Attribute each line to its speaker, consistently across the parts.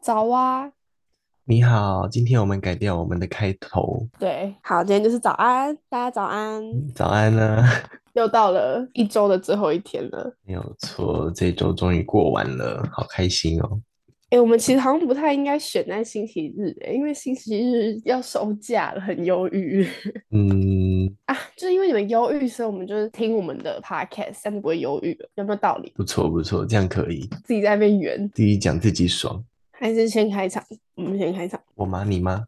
Speaker 1: 早啊，
Speaker 2: 你好，今天我们改掉我们的开头，
Speaker 1: 对，好，今天就是早安，大家早安，
Speaker 2: 早安呢、
Speaker 1: 又到了一周的最后一天了。
Speaker 2: 没有错，这周终于过完了，好开心哦。
Speaker 1: 诶，我们其实好像不太应该选在星期日、诶，因为星期日要收假了，很忧郁
Speaker 2: 嗯，
Speaker 1: 啊。就是因为你们忧郁，所以我们就是听我们的 podcast，这样就不会忧郁了，有没有道理？
Speaker 2: 不错不错，这样可以，
Speaker 1: 自己在那边圆，
Speaker 2: 自己讲自己爽。
Speaker 1: 还是先开场？我们先开场。
Speaker 2: 我妈你妈，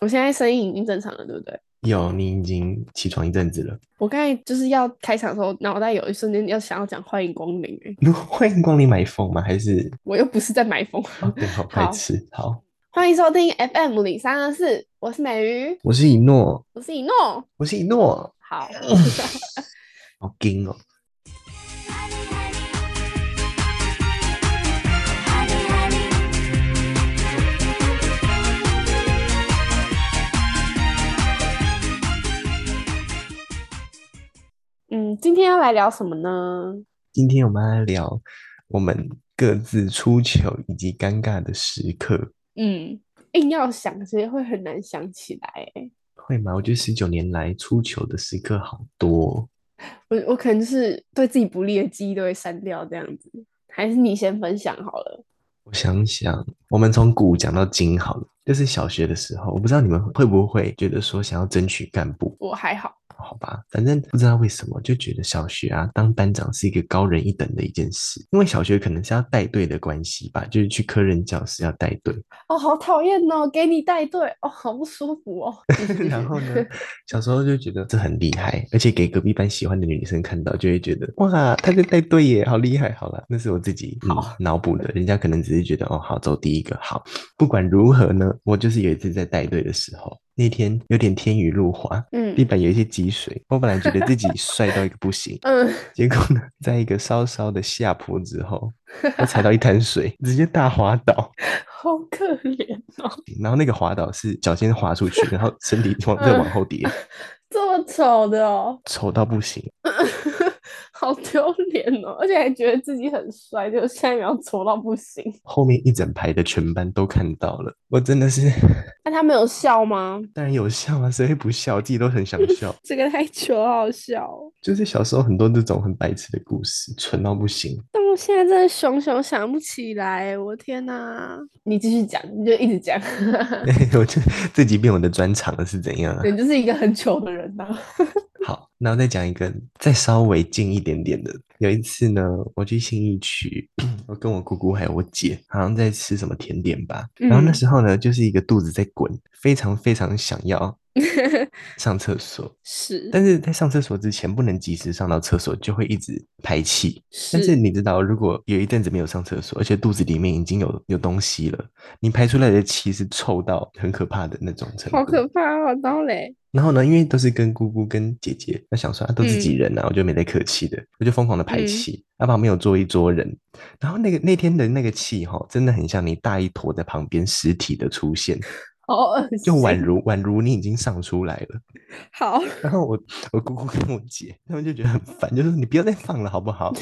Speaker 1: 我现在声音已经正常了，对不对？
Speaker 2: 有，你已经起床一阵子了。
Speaker 1: 我刚才就是要开场的时候，脑袋有一瞬间要想要讲欢迎光临、诶，
Speaker 2: 欢迎光临买风吗？还是
Speaker 1: 我又不是在买风。
Speaker 2: 哦，对，好白痴。好，
Speaker 1: 欢迎收听 FM 零三二四，我是美鱼，
Speaker 2: 我是一诺，
Speaker 1: 我是以诺。
Speaker 2: 我是一诺，
Speaker 1: 好，
Speaker 2: 好惊哦。
Speaker 1: 嗯，今天要来聊什么呢？
Speaker 2: 今天我们来聊我们各自出糗以及尴尬的时刻，
Speaker 1: 嗯，硬要想，其实会很难想起来欸。
Speaker 2: 会吗？我觉得十九年来出糗的时刻好多哦、
Speaker 1: 我我可能就是对自己不利的记忆都会删掉，这样子。还是你先分享好了。
Speaker 2: 我想想，我们从古讲到今好了，就是小学的时候，我不知道你们会不会觉得说想要争取干部，
Speaker 1: 我还好，
Speaker 2: 好吧，反正不知道为什么就觉得小学啊当班长是一个高人一等的一件事，因为小学可能是要带队的关系吧，就是去科任教室要带队，
Speaker 1: 哦，好讨厌哦，给你带队，哦，好不舒服哦。 继续继
Speaker 2: 然
Speaker 1: 续
Speaker 2: 后呢，小时候就觉得这很厉害，而且给隔壁班喜欢的女生看到，就会觉得哇，他在带队耶，好厉害！好了，那是我自己、嗯
Speaker 1: 好、
Speaker 2: 脑补的，人家可能只是觉得哦，好走第一个好。不管如何呢，我就是有一次在带队的时候，那天有点天雨路滑，
Speaker 1: 嗯
Speaker 2: 地板有一些积水，我本来觉得自己帅到一个不行，
Speaker 1: 嗯，
Speaker 2: 结果呢，在一个稍稍的下坡之后，我踩到一滩水，直接大滑倒。
Speaker 1: 好可怜哦，
Speaker 2: 然后那个滑倒是脚先滑出去，然后身体往再往后跌，
Speaker 1: 这么丑的哦。
Speaker 2: 丑到不行。
Speaker 1: 好丢脸哦！而且还觉得自己很帅，就下一秒丑到不行。
Speaker 2: 后面一整排的全班都看到了，我真的是
Speaker 1: 那他没有笑吗？
Speaker 2: 当然有笑啊，谁会不笑？自己都很想笑。
Speaker 1: 这个太糗，好好笑、哦。
Speaker 2: 就是小时候很多这种很白痴的故事，蠢到不行。
Speaker 1: 但我现在真的熊熊想不起来，我天哪！你继续讲，你就一直讲，
Speaker 2: 我就这集变我的专长了，是怎样啊？
Speaker 1: 你就是一个很糗的人呐、
Speaker 2: 好，那我再讲一个再稍微近一点点的。有一次呢，我去信义区， 我跟我姑姑还有我姐，好像在吃什么甜点吧。然后那
Speaker 1: 嗯
Speaker 2: 时候呢，就是一个肚子在滚，非常非常想要上厕所。
Speaker 1: 是，
Speaker 2: 但是在上厕所之前不能及时上到厕所，就会一直排气。
Speaker 1: 是
Speaker 2: 但是你知道，如果有一阵子没有上厕所，而且肚子里面已经有有东西了，你排出来的气是臭到很可怕的那种程度。
Speaker 1: 好可怕哦！然后嘞，
Speaker 2: 然后呢，因为都是跟姑姑跟姐姐，那想说啊，都自己人啊，我就没在客气的，我就疯狂的排
Speaker 1: 嗯
Speaker 2: 气。啊，旁边有坐一桌人，然后那个那天的那个气哈、真的很像你大一坨在旁边实体的出现，
Speaker 1: 好恶心，
Speaker 2: 就宛如宛如你已经上出来了。
Speaker 1: 好，
Speaker 2: 然后我我姑姑跟我姐，他们就觉得很烦，就是你不要再放了好不 好？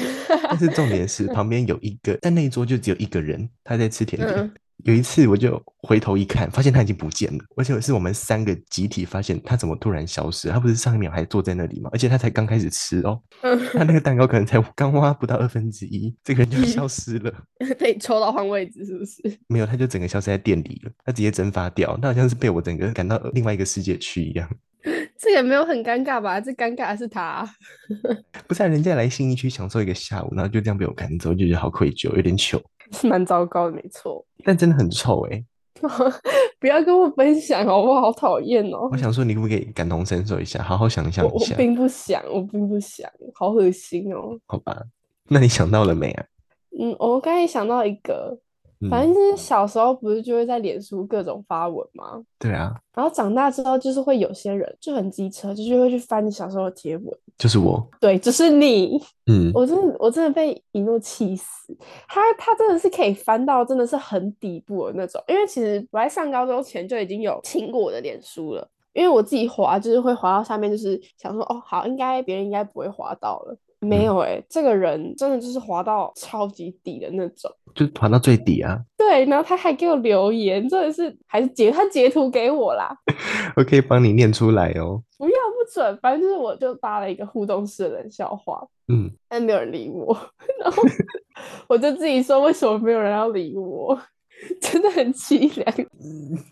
Speaker 2: 但是重点是旁边有一个，但那一桌就只有一个人，他在吃甜点。
Speaker 1: 嗯，
Speaker 2: 有一次我就回头一看，发现他已经不见了，而且是我们三个集体发现他怎么突然消失。他不是上一秒还坐在那里吗？而且他才刚开始吃哦，他
Speaker 1: 嗯，
Speaker 2: 那个蛋糕可能才 刚挖不到二分之一，这个人就消失了。
Speaker 1: 被你抽到换位置是不是？
Speaker 2: 没有，他就整个消失在店里了，他直接蒸发掉。他好像是被我整个赶到另外一个世界去一样。
Speaker 1: 这个没有很尴尬吧？这尴尬的是他，啊
Speaker 2: 不是、啊、人家来信义区享受一个下午，然后就这样被我赶走，就觉得好愧疚，有点糗，
Speaker 1: 是 蛮糟糕的，没错。
Speaker 2: 但真的很臭哎、
Speaker 1: 不要跟我分享好不好？好讨厌哦！
Speaker 2: 我想说，你可不可以感同身受一下，好好想象
Speaker 1: 我
Speaker 2: 一
Speaker 1: 我
Speaker 2: 下，
Speaker 1: 并不想，我并不想，好恶心哦。
Speaker 2: 好吧？那你想到了没啊？
Speaker 1: 嗯，我刚才想到一个，反正
Speaker 2: 嗯，
Speaker 1: 就是小时候不是就会在脸书各种发文嘛，
Speaker 2: 对啊，
Speaker 1: 然后长大之后就是会有些人就很机车，就是会去翻你小时候的贴文。
Speaker 2: 就是我，
Speaker 1: 对，就是你，
Speaker 2: 嗯，
Speaker 1: 我真的我真的被一诺气死。他他真的是可以翻到真的是很底部的那种，因为其实我在上高中前就已经有清过我的脸书了，因为我自己滑就是会滑到下面，就是想说哦好，应该别人应该不会滑到了，没有哎、这个人真的就是滑到超级底的那种。
Speaker 2: 就团到最底啊。
Speaker 1: 对，然后他还给我留言，真的是还是截他截图给我啦，
Speaker 2: 我可以帮你念出来哦。
Speaker 1: 不要不准，反正就是我就发了一个互动式的冷笑话，
Speaker 2: 嗯，
Speaker 1: 但没有人理我，然后 我就自己说为什么没有人要理我， 真的很凄凉，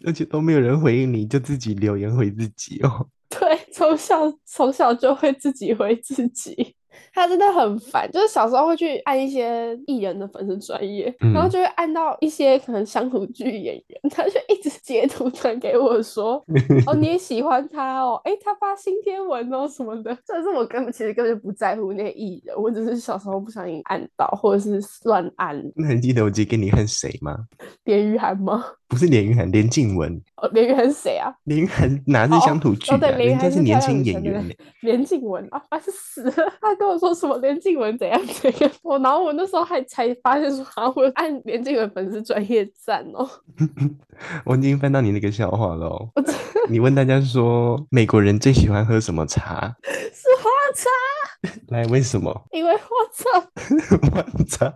Speaker 2: 而且都没有人回应你，就自己留言回自己哦。
Speaker 1: 对， 从小从小就会自己回自己。他真的很烦，就是小时候会去按一些艺人的粉丝专业，然后
Speaker 2: 嗯
Speaker 1: 就会按到一些可能乡土剧演员，他就一直截图传给我说，哦，你也喜欢他哦？诶，他发新贴文哦什么的。这是我根本其实根本就不在乎那些艺人，我只是小时候不小心按到，或者是乱按
Speaker 2: 那你记得我直接给你看谁吗？
Speaker 1: 连玉涵吗？
Speaker 2: 不是连云涵，连静文。
Speaker 1: 哦，连玉涵是谁啊？
Speaker 2: 连云涵哪是
Speaker 1: 哦
Speaker 2: 乡土剧
Speaker 1: 哦
Speaker 2: 啊？
Speaker 1: 对连云
Speaker 2: 人
Speaker 1: 涵
Speaker 2: 家
Speaker 1: 是
Speaker 2: 是年
Speaker 1: 漂亮
Speaker 2: 轻
Speaker 1: 女
Speaker 2: 演
Speaker 1: 生对
Speaker 2: 员
Speaker 1: 不
Speaker 2: 呢。
Speaker 1: 连静文啊，烦死了！ 他跟我说什么连静文怎样怎样，我然后我那时候还才发现说啊，我按连静文粉丝专业赞哦，
Speaker 2: 我已经翻到你那个笑话了哦。
Speaker 1: 我真
Speaker 2: 你问大家说，美国人最喜欢喝什么茶？
Speaker 1: 的是花叉，
Speaker 2: 来，为什么
Speaker 1: 因为我操，
Speaker 2: ？What's up?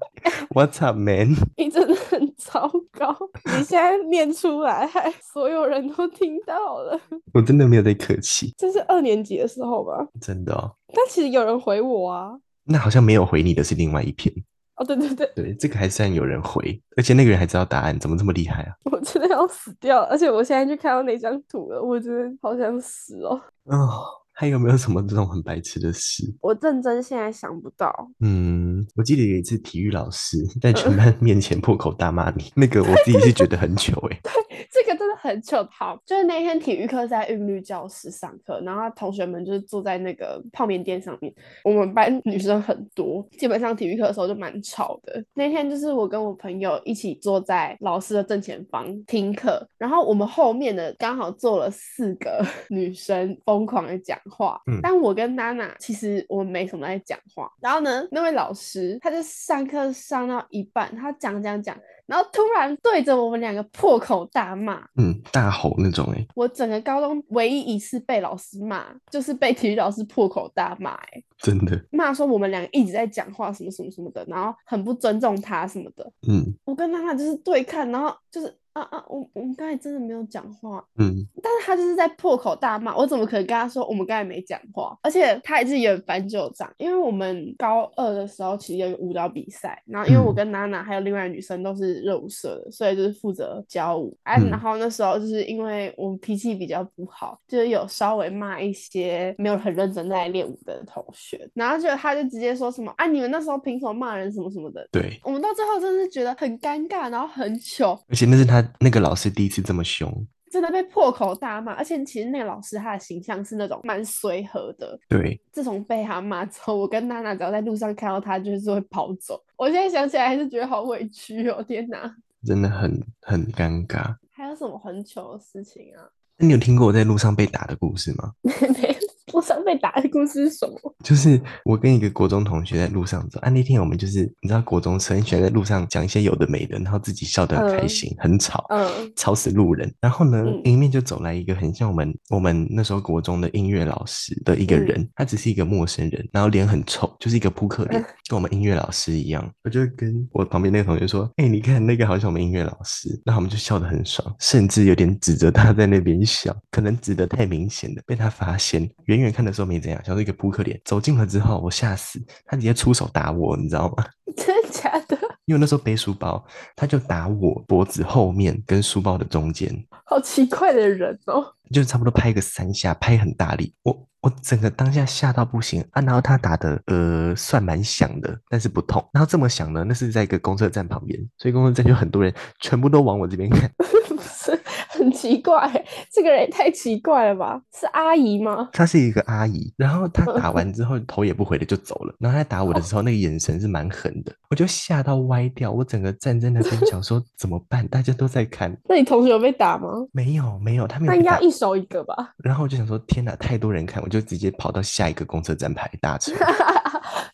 Speaker 2: What's up, man？
Speaker 1: 你真的很糟糕，你现在念出来，还所有人都听到了。
Speaker 2: 我真的没有在客气，
Speaker 1: 这是二年级的时候吧？
Speaker 2: 真的哦。
Speaker 1: 但其实有人回我啊。
Speaker 2: 那好像没有回你的是另外一篇，
Speaker 1: 哦，对对对，
Speaker 2: 对，这个还算有人回，而且那个人还知道答案，怎么这么厉害啊？
Speaker 1: 我真的要死掉了，而且我现在就看到那张图了，我真的好想死哦！
Speaker 2: 哦，还有没有什么这种很白痴的事？
Speaker 1: 我认真现在想不到，
Speaker 2: 嗯，我记得有一次体育老师在
Speaker 1: 嗯
Speaker 2: 全班面前破口大骂你，那个我自己是觉得很糗欸诶、
Speaker 1: 这个真的很糗。好，就是那天体育课在韵律教室上课，然后同学们就是坐在那个泡面店上面。我们班女生很多，基本上体育课的时候就蛮吵的。那天就是我跟我朋友一起坐在老师的正前方听课，然后我们后面的刚好坐了四个 女生疯狂的讲话，
Speaker 2: 嗯
Speaker 1: 但我跟娜娜其实我们没什么在讲话。然后呢，那位老师他就上课上到一半，他讲讲讲，然后突然对着我们两个破口大骂。
Speaker 2: 嗯，大吼那种诶、欸
Speaker 1: 我整个高中唯一一次被老师骂，就是被体育老师破口大骂、欸，
Speaker 2: 真的，
Speaker 1: 骂说我们两个一直在讲话什么什么什么的，然后很不尊重他什么的。
Speaker 2: 嗯
Speaker 1: 我跟娜娜就是对看，然后就是啊啊，我我们刚才真的没有讲话，
Speaker 2: 嗯，
Speaker 1: 但是他就是在破口大骂，我怎么可能跟他说我们刚才没讲话？而且他也是有翻旧账，因为我们高二的时候其实有一个舞蹈比赛，然后因为我
Speaker 2: 嗯
Speaker 1: 跟娜娜还有另外一个女生都是热舞社的，所以就是负责教舞。哎、
Speaker 2: 嗯
Speaker 1: 然后那时候就是因为我们脾气比较不好，就是有稍微骂一些没有很认真在练舞的同学，然后就他就直接说什么啊，你们那时候凭什么骂人什么什么的。
Speaker 2: 对，
Speaker 1: 我们到最后真的是觉得很尴尬，然后很糗，
Speaker 2: 而且那是他那个老师第一次这么凶，
Speaker 1: 真的被破口大骂，而且其实那个老师他的形象是那种蛮随和的。
Speaker 2: 对，
Speaker 1: 自从被他骂之后，我跟娜娜只要在路上看到他，就是会跑走。我现在想起来还是觉得好委屈哦，天哪！
Speaker 2: 真的很很尴尬。
Speaker 1: 还有什么很糗的事情啊？
Speaker 2: 那你有听过我在路上被打的故事吗？
Speaker 1: 没路上被打的故事是什么？
Speaker 2: 就是我跟一个国中同学在路上走，啊，那天我们就是你知道国中生很喜欢在路上讲一些有的没的，然后自己笑得很开
Speaker 1: 嗯
Speaker 2: 心，很吵，
Speaker 1: 嗯
Speaker 2: 吵死路人。然后呢
Speaker 1: 嗯，
Speaker 2: 迎面就走来一个很像我们我们那时候国中的音乐老师的一个
Speaker 1: 嗯
Speaker 2: 人，他只是一个陌生人，然后脸很臭，就是一个 扑克脸，跟我们音乐老师一样。我就跟我旁边那个同学说：“哎、你看那个好像我们音乐老师。”那我们就笑得很爽，甚至有点指责他在那边笑，可能指得太明显了，被他发现。远远看的时候没怎样，像是一个扑克脸。走近了之后，我吓死，他直接出手打我，你知道吗？
Speaker 1: 真的假的？
Speaker 2: 因为那时候背书包，他就打我脖子后面跟书包的中间，
Speaker 1: 好奇怪的人哦！
Speaker 2: 就差不多拍个三下，拍很大力，我我整个当下吓到不行啊！然后他打的呃算蛮响的，但是不痛。然后这么响呢，那是在一个公车站旁边，所以公车站就很多人全部都往我这边看。
Speaker 1: 不是很奇怪，这个人也太奇怪了吧？是阿姨吗？
Speaker 2: 她是一个阿姨，然后她打完之后头也不回的就走了。然后她打我的时候，那个眼神是蛮狠的，我就吓到歪掉，我整个站在那边想说怎么办？大家都在看，
Speaker 1: 那你同学有被打吗？
Speaker 2: 没有没有，他没有
Speaker 1: 那
Speaker 2: 被
Speaker 1: 应该
Speaker 2: 打
Speaker 1: 要。一手一个吧？
Speaker 2: 然后我就想说天哪，太多人看，我就直接跑到下一个公车站排 搭车。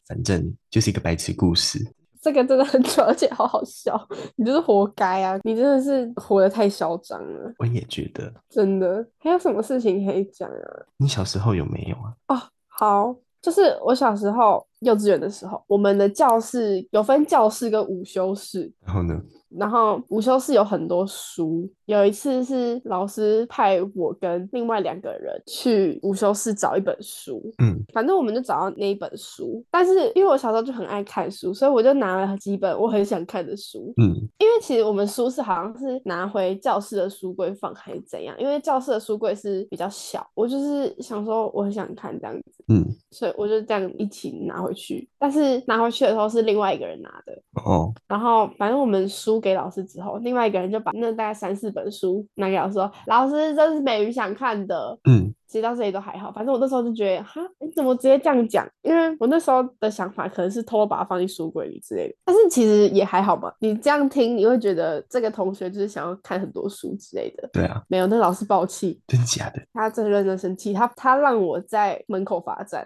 Speaker 2: 反正就是一个白痴故事。
Speaker 1: 这个真的很 丑，而且好好笑。你就是活该啊！你真的是活得太嚣张了，
Speaker 2: 我也觉得，
Speaker 1: 真的。还有什么事情可以讲啊？
Speaker 2: 你小时候有没有啊？
Speaker 1: 好，就是我小时候幼稚园的时候，我们的教室有分教室跟午休室，
Speaker 2: 然后呢，
Speaker 1: 然后午休室有很多书。有一次是老师派我跟另外两个人去午休室找一本书，
Speaker 2: 嗯，
Speaker 1: 反正我们就找到那一本书。但是因为我小时候就很爱看书，所以我就拿了几本我很想看的书。
Speaker 2: 嗯，
Speaker 1: 因为其实我们书是好像是拿回教室的书柜放还是怎样，因为教室的书柜是比较小，我就是想说我很想看这样子，
Speaker 2: 嗯，
Speaker 1: 所以我就这样一起拿回去。但是拿回去的时候是另外一个人拿的，
Speaker 2: 哦，
Speaker 1: 然后反正我们书给老师之后，另外一个人就把那大概三四本书拿给老师说，老师这是美鱼想看的，
Speaker 2: 嗯，
Speaker 1: 其实到这里都还好，反正我那时候就觉得，哈，你怎么直接这样讲？因为我那时候的想法可能是偷偷把它放进书柜里之类的，但是其实也还好嘛。你这样听，你会觉得这个同学就是想要看很多书之类的。
Speaker 2: 对啊，
Speaker 1: 没有，那老师爆气，
Speaker 2: 真假的，
Speaker 1: 他真的认真生气，他他让我在门口罚站。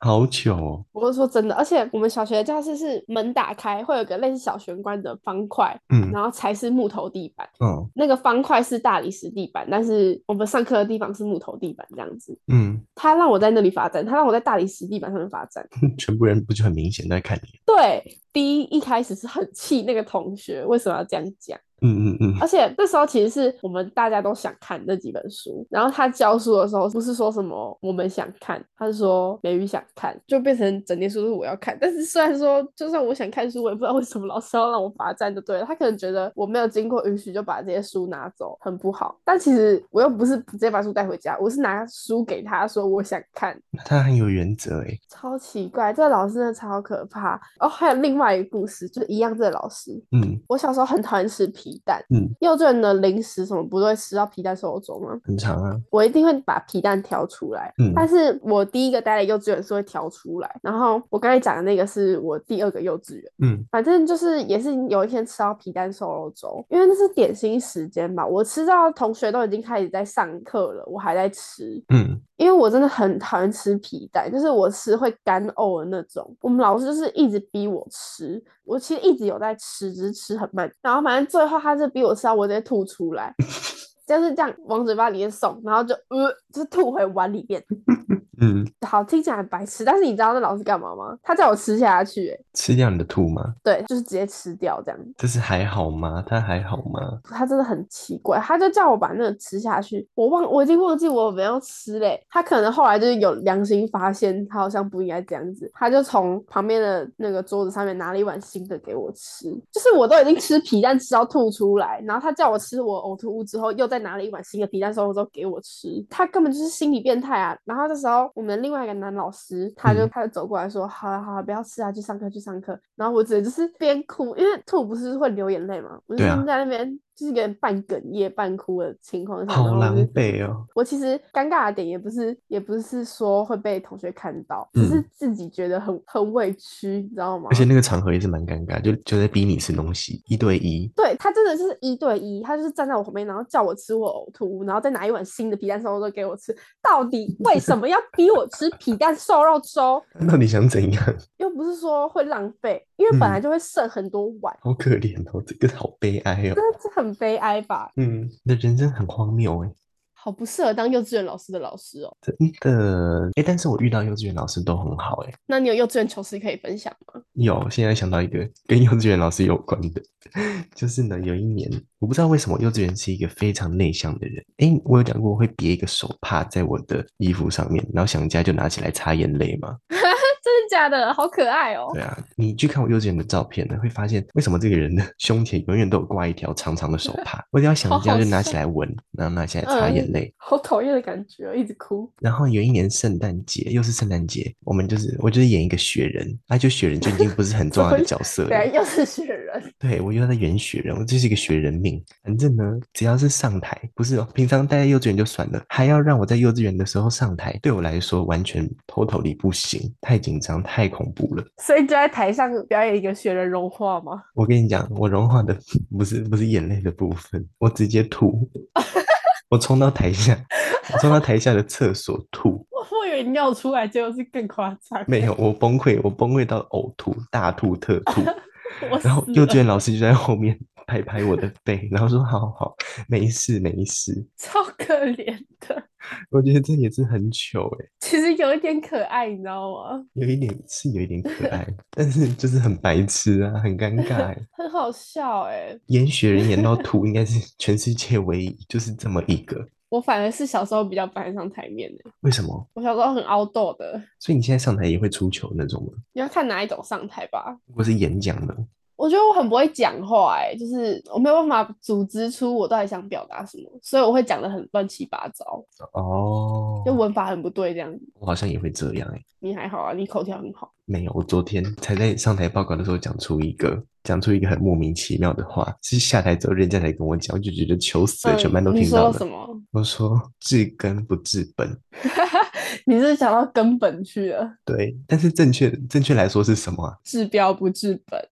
Speaker 2: 好糗哦，
Speaker 1: 我是说真的，而且我们小学的教室是门打开会有个类似小玄关的方块，
Speaker 2: 嗯，
Speaker 1: 然后才是木头地板。
Speaker 2: 哦，
Speaker 1: 那个方块是大理石地板，但是我们上课的地方是木头地板这样子。
Speaker 2: 嗯，
Speaker 1: 他让我在那里罚站，他让我在大理石地板上面罚站。
Speaker 2: 嗯全部人不就很明显在看你？
Speaker 1: 对，第一一开始是很气那个同学为什么要这样讲，
Speaker 2: 嗯嗯嗯，
Speaker 1: 而且那时候其实是我们大家都想看那几本书，然后他教书的时候不是说什么我们想看，他是说美语想看，就变成整天书都是我要看。但是虽然说就算我想看书，我也不知道为什么老师要让我罚站就对了，他可能觉得我没有经过允许就把这些书拿走，很不好。但其实我又不是直接把书带回家，我是拿书给他说我想看。
Speaker 2: 那他很有原则欸诶，
Speaker 1: 超奇怪，这个老师真的超可怕哦！还有另外一个故事，就是一样这个老师。
Speaker 2: 嗯，
Speaker 1: 我小时候很讨厌吃皮蛋，
Speaker 2: 嗯，
Speaker 1: 幼稚园的零食什么不都会吃到皮蛋瘦肉粥吗？
Speaker 2: 很长啊，
Speaker 1: 我一定会把皮蛋挑出来，
Speaker 2: 嗯
Speaker 1: 但是我第一个待的幼稚园是会挑出来，然后我刚才讲的那个是我第二个幼稚园。
Speaker 2: 嗯，
Speaker 1: 反正就是也是有一天吃到皮蛋瘦肉粥，因为那是点心时间吧，我吃到同学都已经开始在上课了，我还在吃，
Speaker 2: 嗯，
Speaker 1: 因为我真的很讨厌吃皮蛋，就是我吃会干呕的那种。我们老师就是一直逼我吃，我其实一直有在吃，只是吃很慢。然后反正最后他是逼我吃到我直接吐出来，就是这样往嘴巴里面送，然后就呃，就是吐回碗里面。
Speaker 2: 嗯，
Speaker 1: 好，听起来很白痴，但是你知道那老师干嘛吗？他叫我吃下去、欸，
Speaker 2: 吃掉你的吐吗？
Speaker 1: 对，就是直接吃掉这样。
Speaker 2: 这是还好吗？他还好吗？
Speaker 1: 他真的很奇怪，他就叫我把那个吃下去，我忘我已经忘记我有没有吃嘞。他可能后来就是有良心发现，他好像不应该这样子，他就从旁边的那个桌子上面拿了一碗新的给我吃，就是我都已经吃皮蛋吃到吐出来，然后他叫我吃我呕吐物之后，又再拿了一碗新的皮蛋瘦肉粥给我吃，他根本就是心理变态啊。然后这时候我们另外一个男老师，他就
Speaker 2: 嗯
Speaker 1: 他就走过来说，好了好了，不要吃啊，去上课去上课。然后我只能就是边哭，因为吐不是会流眼泪嘛，我就
Speaker 2: 对
Speaker 1: 是
Speaker 2: 啊
Speaker 1: 在那边就是有点半哽咽、半哭的情况下，
Speaker 2: 好
Speaker 1: 然
Speaker 2: 狼
Speaker 1: 后我啊就
Speaker 2: 狈哦。
Speaker 1: 我其实尴尬的点也不是，也不是说会被同学看到，只是
Speaker 2: 嗯
Speaker 1: 自己觉得很很委屈，你知道吗
Speaker 2: 而？且那个场合也是蛮尴尬，就就在逼你吃东西，一对一，
Speaker 1: 对他真的就是一对一，他就是站在我旁边，然后叫我吃我呕吐物，然后再拿一碗新的皮蛋瘦肉粥给我吃。到底为什么要逼我吃皮蛋瘦肉粥？
Speaker 2: 他到底想怎样？
Speaker 1: 又不是说会浪费，因为本来
Speaker 2: 嗯
Speaker 1: 就会剩很多碗，
Speaker 2: 好可怜哦，这个好悲哀哦。
Speaker 1: 真的是很悲哀吧？
Speaker 2: 嗯，你的人生很荒谬哎，
Speaker 1: 好不适合当幼稚园老师的老师哦。
Speaker 2: 真的哎。但是我遇到幼稚园老师都很好哎。
Speaker 1: 那你有幼稚园糗事可以分享吗？
Speaker 2: 有，现在想到一个跟幼稚园老师有关的， 就是呢，有一年，我不知道为什么幼稚园是一个非常内向的人。哎，我有讲过我会别一个手帕在我的衣服上面，然后想家就拿起来擦眼泪嘛。
Speaker 1: 真的假的？好可爱哦！
Speaker 2: 对啊，你去看我幼稚园的照片呢，会发现为什么这个人的胸前永远都有挂一条长长的手帕。我只要想
Speaker 1: 好
Speaker 2: 家
Speaker 1: 好
Speaker 2: 就拿起
Speaker 1: 笑
Speaker 2: 来闻，然后拿起来擦眼
Speaker 1: 嗯
Speaker 2: 泪。
Speaker 1: 好讨厌的感觉哦，一直哭。
Speaker 2: 然后有一年圣诞节，又是圣诞节，我们就是我就是演一个雪人，啊，就雪人就已经不是很重要的
Speaker 1: 怎么
Speaker 2: 角色 了。
Speaker 1: 对，又是雪人，
Speaker 2: 对，我又在演雪人，我这是一个学人命。反正呢，只要是上台，不是哦，平常待在幼稚园就算了，还要让我在幼稚园的时候上台，对我来说完全 totally 不行，太紧张，太恐怖了。
Speaker 1: 所以就在台上表演一个雪人融化吗？
Speaker 2: 我跟你讲，我融化的 不是不是眼泪的部分，我直接吐， 我冲到台下，我冲到台下的厕所吐，
Speaker 1: 我以为你尿出来，结果是更夸张。
Speaker 2: 没有，我崩溃，我崩溃到呕吐，大吐特吐。
Speaker 1: 我
Speaker 2: 然后
Speaker 1: 死
Speaker 2: 幼
Speaker 1: 了
Speaker 2: 稚园老师就在后面 拍拍我的背，然后说好好好，没事没事。
Speaker 1: 超可怜的。
Speaker 2: 我觉得这也是很糗哎、
Speaker 1: 其实有一点可爱，你知道吗？
Speaker 2: 有一点是有一点可爱，但是就是很白痴啊，很尴尬欸、
Speaker 1: 很好笑哎、
Speaker 2: 演雪人演到吐，应该是全世界唯一就是这么一个。
Speaker 1: 我反而是小时候比较搬得上台面的、
Speaker 2: 为什么？
Speaker 1: 我小时候很凹豆的。
Speaker 2: 所以你现在上台也会出糗那种吗？
Speaker 1: 你要看哪一种上台吧。
Speaker 2: 如果是演讲呢？
Speaker 1: 我觉得我很不会讲话、欸，就是我没有办法组织出我到底想表达什么，所以我会讲的很乱七八糟，
Speaker 2: 哦，
Speaker 1: 就文法很不对这样子。
Speaker 2: 我好像也会这样哎、
Speaker 1: 你还好啊，你口条很好。
Speaker 2: 没有，我昨天才在上台报告的时候讲出一个讲出一个很莫名其妙的话，是下台之后人家才跟我讲，我就觉得糗死了，全班都
Speaker 1: 嗯你
Speaker 2: 听到
Speaker 1: 说什
Speaker 2: 了。
Speaker 1: 么？
Speaker 2: 我说治根不治本，
Speaker 1: 你是讲到根本去了，
Speaker 2: 对，但是正确正确来说是什么啊？
Speaker 1: 治标不治本。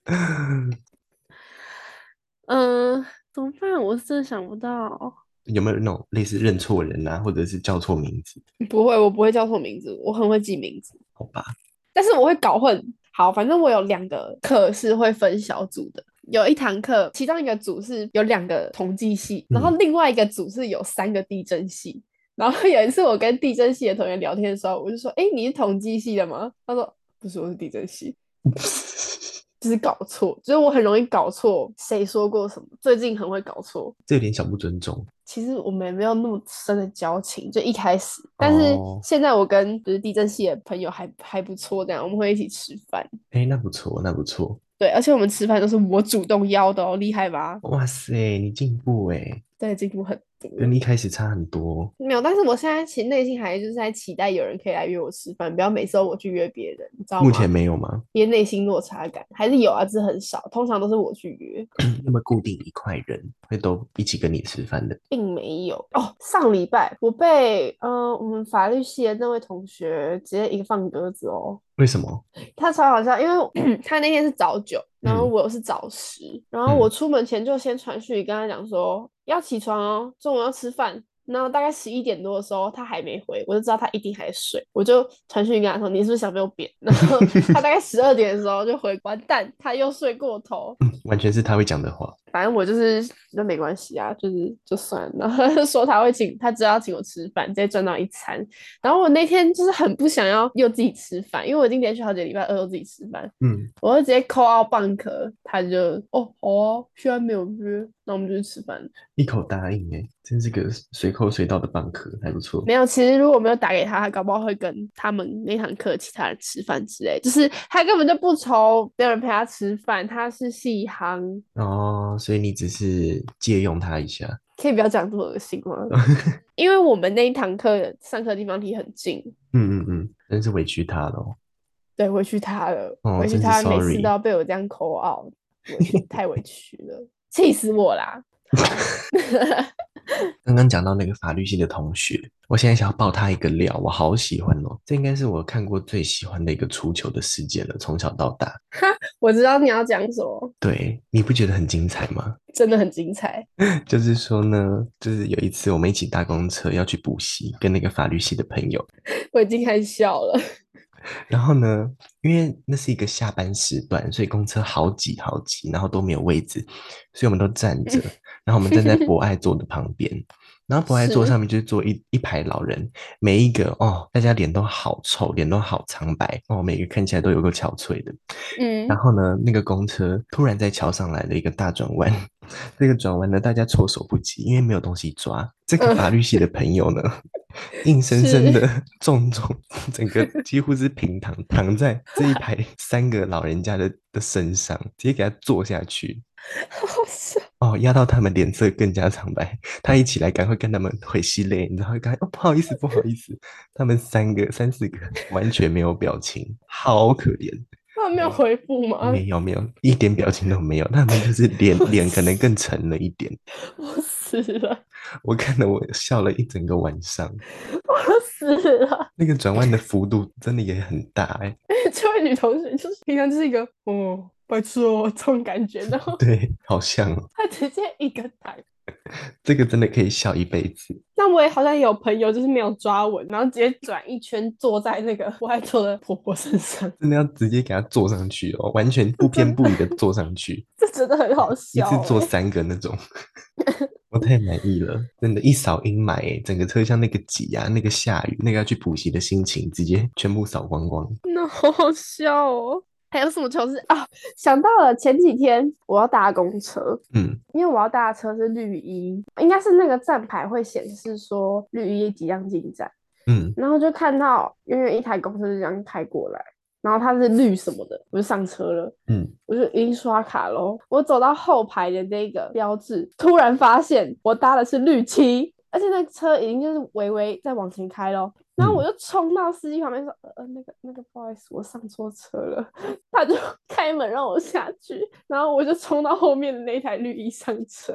Speaker 1: 嗯，怎么办？我是真的想不到。
Speaker 2: 有没有那种类似认错人啊，或者是叫错名字？
Speaker 1: 不会，我不会叫错名字，我很会记名字，
Speaker 2: 好吧，
Speaker 1: 但是我会搞混。好，反正我有两个课是会分小组的，有一堂课，其中一个组是有两个统计系，然后另外一个组是有三个地震系。然后有一次我跟地震系的同学聊天的时候，我就说：“哎，你是统计系的吗？”他说：“不是，我是地震系。”就是搞错，就是我很容易搞错谁说过什么，最近很会搞错。
Speaker 2: 这有点小不尊重。
Speaker 1: 其实我们也没有那么深的交情，就一开始，但是
Speaker 2: 哦
Speaker 1: 现在我跟就是地震系的朋友还还不错，这样我们会一起吃饭，
Speaker 2: 哎，那不错，那不错。
Speaker 1: 对，而且我们吃饭都是我主动邀的哦，厉害吧？
Speaker 2: 哇塞，你进步哎，
Speaker 1: 对，进步很多。
Speaker 2: 跟你一开始差很多。
Speaker 1: 没有，但是我现在其实内心还就是在期待有人可以来约我吃饭，不要每次都我去约别人，你知道吗？
Speaker 2: 目前没有吗？
Speaker 1: 因为内心落差感还是有啊，只是很少，通常都是我去约，
Speaker 2: 那么固定一块人会都一起跟你吃饭的，
Speaker 1: 并没有哦。上礼拜我被嗯、呃我们法律系的那位同学直接一个放鸽子哦。
Speaker 2: 为什么？
Speaker 1: 他超好笑，因为他那天是早九，然后
Speaker 2: 嗯
Speaker 1: 我是早十，然后我出门前就先传讯息跟他讲说要起床哦，中午要吃饭。然后大概十一点多的时候，他还没回，我就知道他一定还睡，我就传讯息跟他说你是不是想被我扁？ 然后他大概十二点的时候就回，完蛋，他又睡过头。
Speaker 2: 嗯，完全是他会讲的话。
Speaker 1: 反正我就是那没关系啊，就是就算了。 然后他就说他会请，他知道要请我吃饭，直接赚到一餐。然后我那天就是很不想要又自己吃饭，因为我已经连续好几个礼拜二都自己吃饭，
Speaker 2: 嗯，
Speaker 1: 我就直接扣奥半壳，他就哦好啊，虽然没有约，那我们就去吃饭。
Speaker 2: 一口答应哎，真是个随口随到的蚌壳，还不错。
Speaker 1: 没有，其实如果没有打给他，他搞不好会跟他们那堂课其他人吃饭之类，就是他根本就不愁没有人陪他吃饭，他是戏行，
Speaker 2: 哦，所以你只是借用他一下。
Speaker 1: 可以不要讲这么恶心 吗？因为我们那一堂课上课的地方离很近，
Speaker 2: 嗯嗯嗯，真是委屈他了。
Speaker 1: 对，委屈他了，
Speaker 2: 哦
Speaker 1: 委屈
Speaker 2: 真是
Speaker 1: 他每次
Speaker 2: sorry
Speaker 1: 都要被我这样扣奥，委屈太委屈了，气死我啦！
Speaker 2: 刚刚讲到那个法律系的同学，我现在想要爆他一个料，我好喜欢哦，这应该是我看过最喜欢的一个出糗的事件了，从小到大。
Speaker 1: 我知道你要讲什么，
Speaker 2: 对，你不觉得很精彩吗？
Speaker 1: 真的很精彩。
Speaker 2: 就是说呢，就是有一次我们一起搭公车要去补习，跟那个法律系的朋友，
Speaker 1: 我已经开始笑了。
Speaker 2: 然后呢，因为那是一个下班时段，所以公车好挤好挤，然后都没有位置，所以我们都站着，然后我们站在博爱座的旁边，然后博爱座
Speaker 1: 是
Speaker 2: 上面就是坐一一排老人，每一个哦，大家脸都好臭，脸都好苍白哦，每个看起来都有够憔悴的。
Speaker 1: 嗯
Speaker 2: 然，后呢，那个公车突然在桥上来了一个大转弯，这个转弯呢，大家措手不及，因为没有东西抓。这个
Speaker 1: 嗯
Speaker 2: 法律系的朋友呢，硬生生的重重，整个几乎是平躺躺在这一排三个老人家的的身上，直接给他坐下去。
Speaker 1: 好笑。
Speaker 2: 哦，压到他们脸色更加苍白。他一起来，赶快跟他们会吸泪，然后赶快哦，不好意思，不好意思。他们三个、三四个完全没有表情，好可怜。
Speaker 1: 他没有回复吗？
Speaker 2: 没有没有，一点表情都没有，他们就是脸脸可能更沉了一点。
Speaker 1: 我死了，
Speaker 2: 我看了我笑了一整个晚上，
Speaker 1: 我死了。
Speaker 2: 那个转弯的幅度真的也很大哎、
Speaker 1: 这位女同学就是平常就是一个哦，白痴哦这种感觉，然 后
Speaker 2: 对，好像哦
Speaker 1: 她直接一个打。
Speaker 2: 这个真的可以笑一辈子。
Speaker 1: 那但我也好像有朋友就是没有抓稳，然后直接转一圈坐在那个不爱坐的婆婆身上，
Speaker 2: 真的要直接给他坐上去哦，完全不偏不倚的坐上 去，
Speaker 1: 这真的很好
Speaker 2: 一
Speaker 1: 笑、
Speaker 2: 次坐
Speaker 1: 欸。
Speaker 2: 三个那种。我太满意了，真的，一扫阴霾、欸，整个车厢那个挤啊，那个下雨，那个要去补习的心情，直接全部扫光光。
Speaker 1: 那好好笑哦。还有什么糗事啊？想到了前几天我要搭公车，
Speaker 2: 嗯，
Speaker 1: 因为我要搭的车是绿衣，应该是那个站牌会显示说绿衣即将进站，
Speaker 2: 嗯，
Speaker 1: 然后就看到远远一台公车就这样开过来，然后它是绿什么的，我就上车了。
Speaker 2: 嗯，
Speaker 1: 我就已经刷卡喽。我走到后排的那个标志，突然发现我搭的是绿漆，而且那车已经就是微微在往前开喽。然后
Speaker 2: 嗯
Speaker 1: 我就冲到司机旁边说：“呃，呃那个那个，不好意思，我上错车了。” 他就开门让我下去，然后我就冲到后面的那台绿衣上车。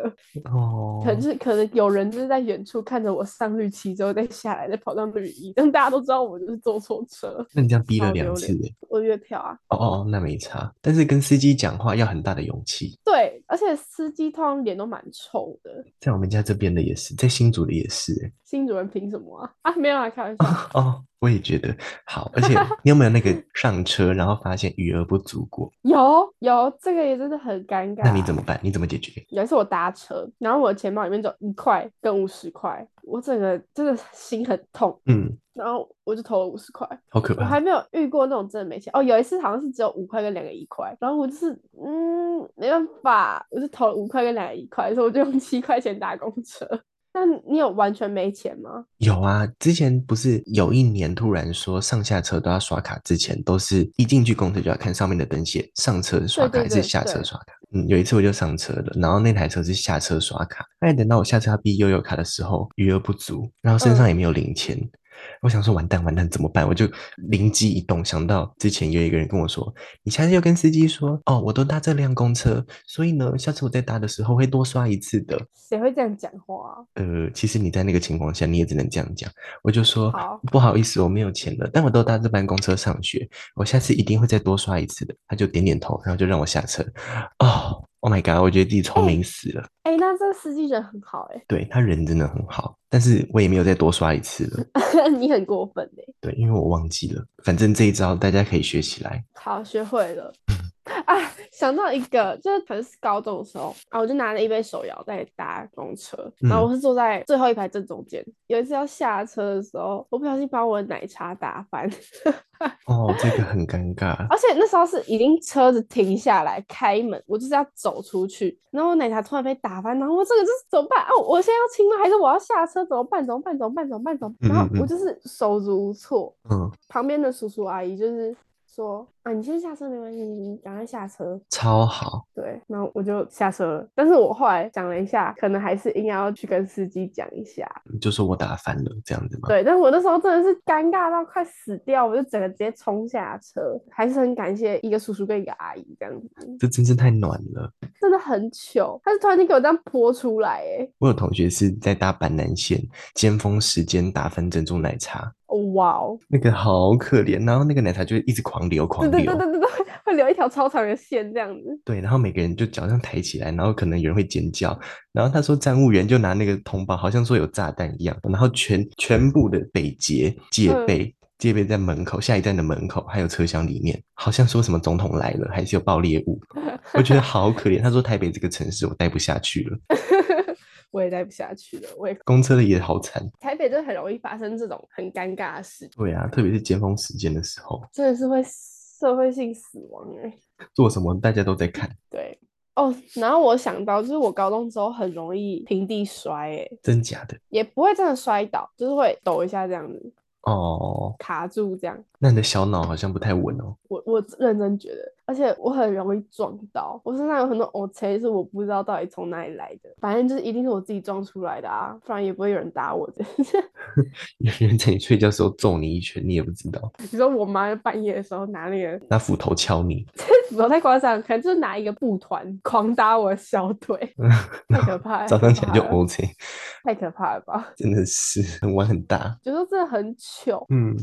Speaker 2: 哦，
Speaker 1: 可能是可能有人就是在远处看着我上绿漆之后再下来，再跑到绿衣，但大家都知道我就是坐错车，
Speaker 2: 那你这样逼了
Speaker 1: 超
Speaker 2: 两
Speaker 1: 丢
Speaker 2: 次、
Speaker 1: 脸
Speaker 2: 欸，
Speaker 1: 我月票啊。
Speaker 2: 哦哦，哦那没差，但是跟司机讲话要很大的勇气，
Speaker 1: 对，而且司机通常脸都蛮臭的，
Speaker 2: 在我们家这边的也是，在新竹的也是、欸，
Speaker 1: 新主人凭什么啊？啊，没有啊，开玩笑。
Speaker 2: 哦，我也觉得好，而且你有没有那个上车然后发现余额不足过？
Speaker 1: 有有，这个也真的很尴尬。
Speaker 2: 那你怎么？办？你怎么解决？
Speaker 1: 有一次我搭车，然后我的钱包里面只有一块跟五十块，我整个真的心很痛，
Speaker 2: 嗯，
Speaker 1: 然后我就投了五十块，
Speaker 2: 好可
Speaker 1: 我
Speaker 2: 怕，
Speaker 1: 还没有遇过那种真的没钱。哦，有一次好像是只有五块跟两个一块，然后我就是嗯没办法，我就投了五块跟两个一块，所以我就用七块钱搭公车。那你有完全没钱吗？
Speaker 2: 有啊，之前不是有一年突然说上下车都要刷卡，之前都是一进去公车就要看上面的灯写，上车刷卡
Speaker 1: 对
Speaker 2: 还是
Speaker 1: 对
Speaker 2: 下车
Speaker 1: 对
Speaker 2: 刷卡？嗯，有一次我就上车了，然后那台车是下车刷卡，但等到我下车要逼悠悠卡的时候，余额不足，然后身
Speaker 1: 嗯
Speaker 2: 上也没有零钱。我想说完蛋完蛋怎么办？我就灵机一动，想到之前有一个人跟我说，你下次要跟司机说，哦，我都搭这辆公车，所以呢，下次我再搭的时候会多刷一次的。
Speaker 1: 谁会这样讲话啊、
Speaker 2: 呃，其实你在那个情况下，你也只能这样讲。我就说
Speaker 1: 好
Speaker 2: 不好意思，我没有钱了，但我都搭这班公车上学，我下次一定会再多刷一次的。他就点点头，然后就让我下车。哦，Oh my god，我觉得自己聪明死了。
Speaker 1: 哎、那这个司机人很好哎、
Speaker 2: 对他人真的很好，但是我也没有再多刷一次了。
Speaker 1: 嗯 你很过分哎、
Speaker 2: 对，因为我忘记了。反正这一招大家可以学起来。
Speaker 1: 好，学会了。啊，想到一个，就是可能是高中的时候啊，我就拿了一杯手摇在搭公车，然后我是坐在最后一排正中间。有一次要下车的时候，我不小心把我的奶茶打翻，
Speaker 2: 哦，这个很尴尬。
Speaker 1: 而且那时候是已经车子停下来开门，我就是要走出去，然后我奶茶突然被打翻，然后我这个就是怎么办啊？我现在要亲吗？还是我要下车？怎么办？怎么办？怎么办？怎么办？怎么办？然后
Speaker 2: 嗯嗯嗯
Speaker 1: 我就是手足无措，
Speaker 2: 嗯，
Speaker 1: 旁边的叔叔阿姨就是说啊，你先下车没关系，你赶快下车。
Speaker 2: 超好。
Speaker 1: 对，然后我就下车了。但是我后来想了一下，可能还是应该要去跟司机讲一下。
Speaker 2: 你就说我打翻了这样子吗？
Speaker 1: 对，但我那时候真的是尴尬到快死掉，我就整个直接冲下车，还是很感谢一个叔叔跟一个阿姨这样子，
Speaker 2: 这真是太暖了。
Speaker 1: 真的很糗。他是突然间给我这样泼出来、欸，
Speaker 2: 我有同学是在搭板南线，尖峰时间打翻珍珠奶茶，
Speaker 1: 哦哇哦，
Speaker 2: 那个好可怜。然后那个奶茶就一直狂流，狂
Speaker 1: 对
Speaker 2: 流，
Speaker 1: 对对对对对，会留一条超长的线这样子。
Speaker 2: 对然后每个人就脚上抬起来，然后可能有人会尖叫。然后他说，站务员就拿那个通报，好像说有炸弹一样，然后全全部的北捷戒
Speaker 1: 嗯
Speaker 2: 备。戒备在门口，下一站的门口，还有车厢里面，好像说什么总统来了，还是有爆裂 物，我觉得好可怜。他说台北这个城市我待不下去了，
Speaker 1: 我也待不下去了，我也
Speaker 2: 公车的也好惨。
Speaker 1: 台北就很容易发生这种很尴尬的事，
Speaker 2: 对啊，特别是尖峰时间的时候，
Speaker 1: 真的是会社会性死亡哎、
Speaker 2: 做什么大家都在看。
Speaker 1: 对哦，然后我想到，就是我高中之后很容易平地摔、欸，
Speaker 2: 真假的
Speaker 1: 也不会真的摔倒，就是会抖一下这样子，
Speaker 2: 哦，
Speaker 1: 卡住这样。
Speaker 2: 那你的小脑好像不太稳哦。
Speaker 1: 我我认真觉得，而且我很容易撞到，我身上有很多 O C 是我不知道到底从哪里来的，反正就是一定是我自己撞出来的啊，不然也不会有人打我的。
Speaker 2: 有人在你睡觉的时候揍你一拳，你也不知道，
Speaker 1: 你说我妈半夜的时候拿那个
Speaker 2: 拿斧头敲你，
Speaker 1: 斧头太夸张，可能就是拿一个布团狂打我的小 腿，太可怕了，
Speaker 2: 早
Speaker 1: 太可
Speaker 2: 上起来
Speaker 1: 怕啊
Speaker 2: 就
Speaker 1: 了
Speaker 2: OK，
Speaker 1: 太可怕了吧？
Speaker 2: 真的是很玩很大。
Speaker 1: 觉得真的很糗。
Speaker 2: 嗯，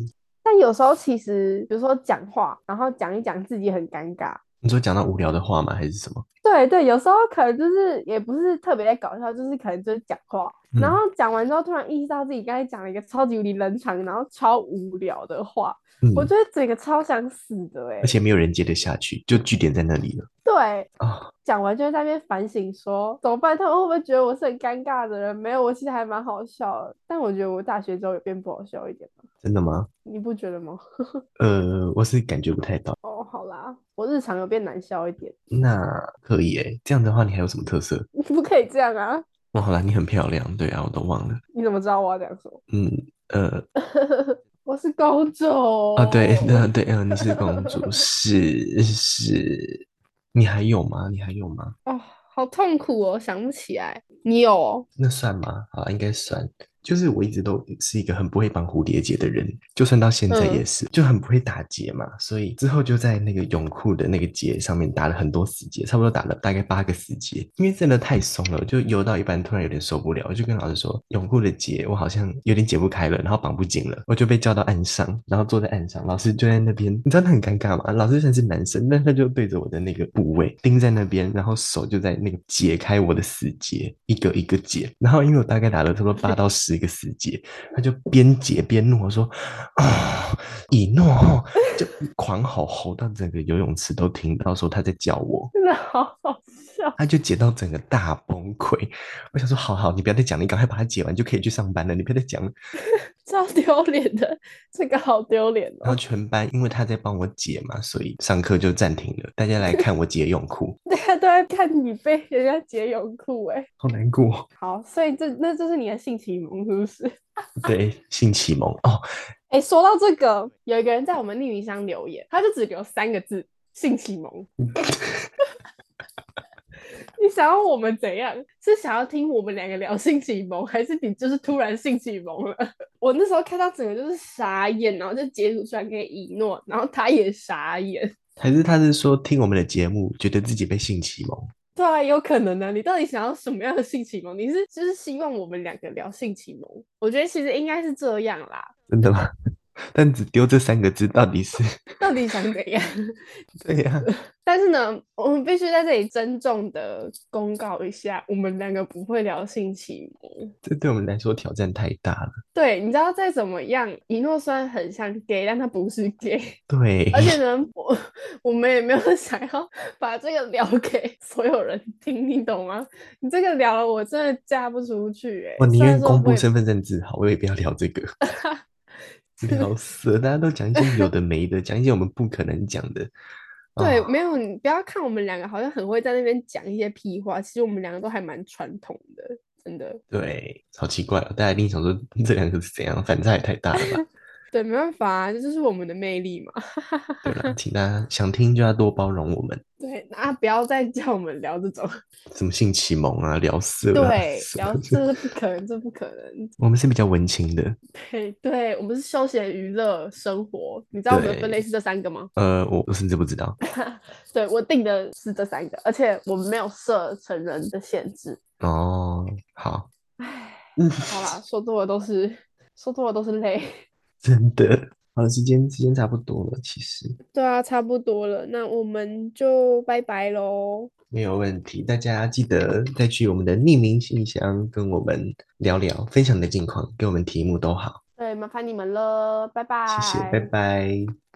Speaker 1: 但有时候其实，比如说讲话，然后讲一讲自己很尴尬，
Speaker 2: 你说讲到无聊的话吗？还是什么？
Speaker 1: 对对，有时候可能就是也不是特别在搞笑，就是可能就是讲话，然
Speaker 2: 嗯
Speaker 1: 后讲完之后突然意识到自己刚才讲了一个超级无敌冷场，然后超无聊的话，
Speaker 2: 嗯，
Speaker 1: 我觉得整个超想死的哎、
Speaker 2: 而且没有人接得下去，就据点在那里了
Speaker 1: 对，
Speaker 2: 啊。
Speaker 1: 讲完就会在那边反省说怎么办，他们会不会觉得我是很尴尬的人？没有，我其实还蛮好笑的，但我觉得我大学之后有变不好笑一点了，
Speaker 2: 真的吗？
Speaker 1: 你不觉得 吗？
Speaker 2: 呃，我是感觉不太到。
Speaker 1: 哦，好啦，我日常有变难笑一点，
Speaker 2: 那可以诶，这样的话你还有什么特色？
Speaker 1: 你不可以这样啊！
Speaker 2: 哇，好啦，你很漂亮，对啊，我都忘了。
Speaker 1: 你怎么知道我要讲什么？
Speaker 2: 嗯，呃，
Speaker 1: 我是公主
Speaker 2: 啊，对， 那对，嗯，你是公主，是是。你还有吗？你还有吗？
Speaker 1: 哦，好痛苦哦，想不起来。你有哦？
Speaker 2: 那算吗？啊，应该算。就是我一直都是一个很不会绑蝴蝶结的人，就算到现在也是，就很不会打结嘛。所以之后就在那个泳裤的那个结上面打了很多死结，差不多打了大概八个死结，因为真的太松了，我就游到一半突然有点受不了，我就跟老师说，泳裤的结我好像有点解不开了，然后绑不紧了，我就被叫到岸上，然后坐在岸上，老师就在那边，你知道他很尴尬吗？老师虽然是男生，但他就对着我的那个部位盯在那边，然后手就在那个解开我的死结，一个一个解，然后因为我大概打了差不多八到十个死结，他就边解边怒，我说 啊，以诺 吼，就狂吼吼到整个游泳池都听到，说他在叫我。
Speaker 1: 真的好好笑。
Speaker 2: 他就解到整个大崩溃，我想说，好好，你不要再讲了，你赶快把它解完就可以去上班了，你不要再讲了。
Speaker 1: 超丢脸的，这个好丢脸
Speaker 2: 然后
Speaker 1: 哦！
Speaker 2: 全班因为他在帮我解嘛，所以上课就暂停了，大家来看我解泳裤，
Speaker 1: 大家都在看你被人家解泳裤哎。
Speaker 2: 好难过。
Speaker 1: 好，所以这那这是你的性启蒙是不是？
Speaker 2: 对，性启蒙哦，
Speaker 1: 哎、说到这个，有一个人在我们匿名箱留言，他就只留三个字：性启蒙。 你想要我们怎样？是想要听我们两个聊性启蒙，还是你就是突然性启蒙了？ 我那时候看到整个就是傻眼，然后就截图传给以诺，然后他也傻眼。
Speaker 2: 还是他是说听我们的节目，觉得自己被性启蒙？
Speaker 1: 对啊，有可能呢。你到底想要什么样的性启蒙？你是就是希望我们两个聊性启蒙？我觉得其实应该是这样啦。
Speaker 2: 真的吗？ 但只丢这三个字，到底是
Speaker 1: 到底想怎样？
Speaker 2: 对呀、
Speaker 1: 但是呢，我们必须在这里郑重的公告一下，我们两个不会聊性启蒙。
Speaker 2: 这对我们来说挑战太大了。
Speaker 1: 对，你知道再怎么样，一诺虽然很像 gay，但他不是 gay，
Speaker 2: 对，
Speaker 1: 而且呢，我我们也没有 想要把这个聊给所有人听，你懂吗？你这个聊了，我真的嫁不出去哎、欸。
Speaker 2: 我宁
Speaker 1: 虽然
Speaker 2: 愿
Speaker 1: 说
Speaker 2: 公
Speaker 1: 我
Speaker 2: 布
Speaker 1: 也
Speaker 2: 身份证字号，我也不要聊 这个。聊死了，大家都讲一些有的没的，讲一些我们不可能讲的。
Speaker 1: 对，
Speaker 2: 啊
Speaker 1: 没有，你不要看我们两个好像很会在那边讲一些屁话，其实我们两个都还蛮传统的，真的。
Speaker 2: 对，好奇怪哦，大家一定想说这两个是怎样，反差也太大了 吧？
Speaker 1: 对，没办法啊，这就是我们的魅力嘛。
Speaker 2: 对啦，请大家想听就要多包容我们，
Speaker 1: 对，那不要再叫我们聊这种，
Speaker 2: 什么性启蒙啊、聊色啊，
Speaker 1: 对，
Speaker 2: 什
Speaker 1: 聊
Speaker 2: 么的
Speaker 1: 这是不可能，这不可能。
Speaker 2: 我们是比较文青的，
Speaker 1: 对，对我们是休闲娱乐生活，你知道我们的分类是这三个吗？
Speaker 2: 呃，我我甚至不知道
Speaker 1: 对我定的是这三个，而且我们没有设成人的限制。
Speaker 2: 哦。好，
Speaker 1: 唉，
Speaker 2: 嗯，
Speaker 1: 好啦，说多了都是说多了都是泪。
Speaker 2: 真的，好了，时间时间差不多了，其实
Speaker 1: 对啊，差不多了，那我们就拜拜喽。
Speaker 2: 没有问题。大家记得再去我们的匿名信箱跟我们聊聊，分享你的近况，给我们题目都好，
Speaker 1: 对，麻烦你们了，拜拜。
Speaker 2: 谢谢，拜拜。